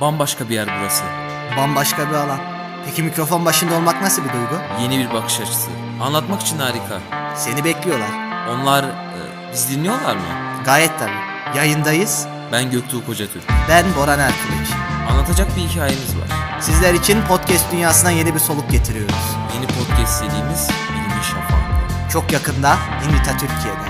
Bambaşka bir yer burası. Bambaşka bir alan. Peki mikrofon başında olmak nasıl bir duygu? Yeni bir bakış açısı. Anlatmak için harika. Seni bekliyorlar. Onlar e, biz dinliyorlar mı? Gayet tabii. Yayındayız. Ben Göktuğ Kocatürk. Ben Boran Erkılıç. Anlatacak bir hikayemiz var. Sizler için podcast dünyasına yeni bir soluk getiriyoruz. Yeni podcast serimiz Bilimin Şafağı. Çok yakında İmrita Türkiye'de.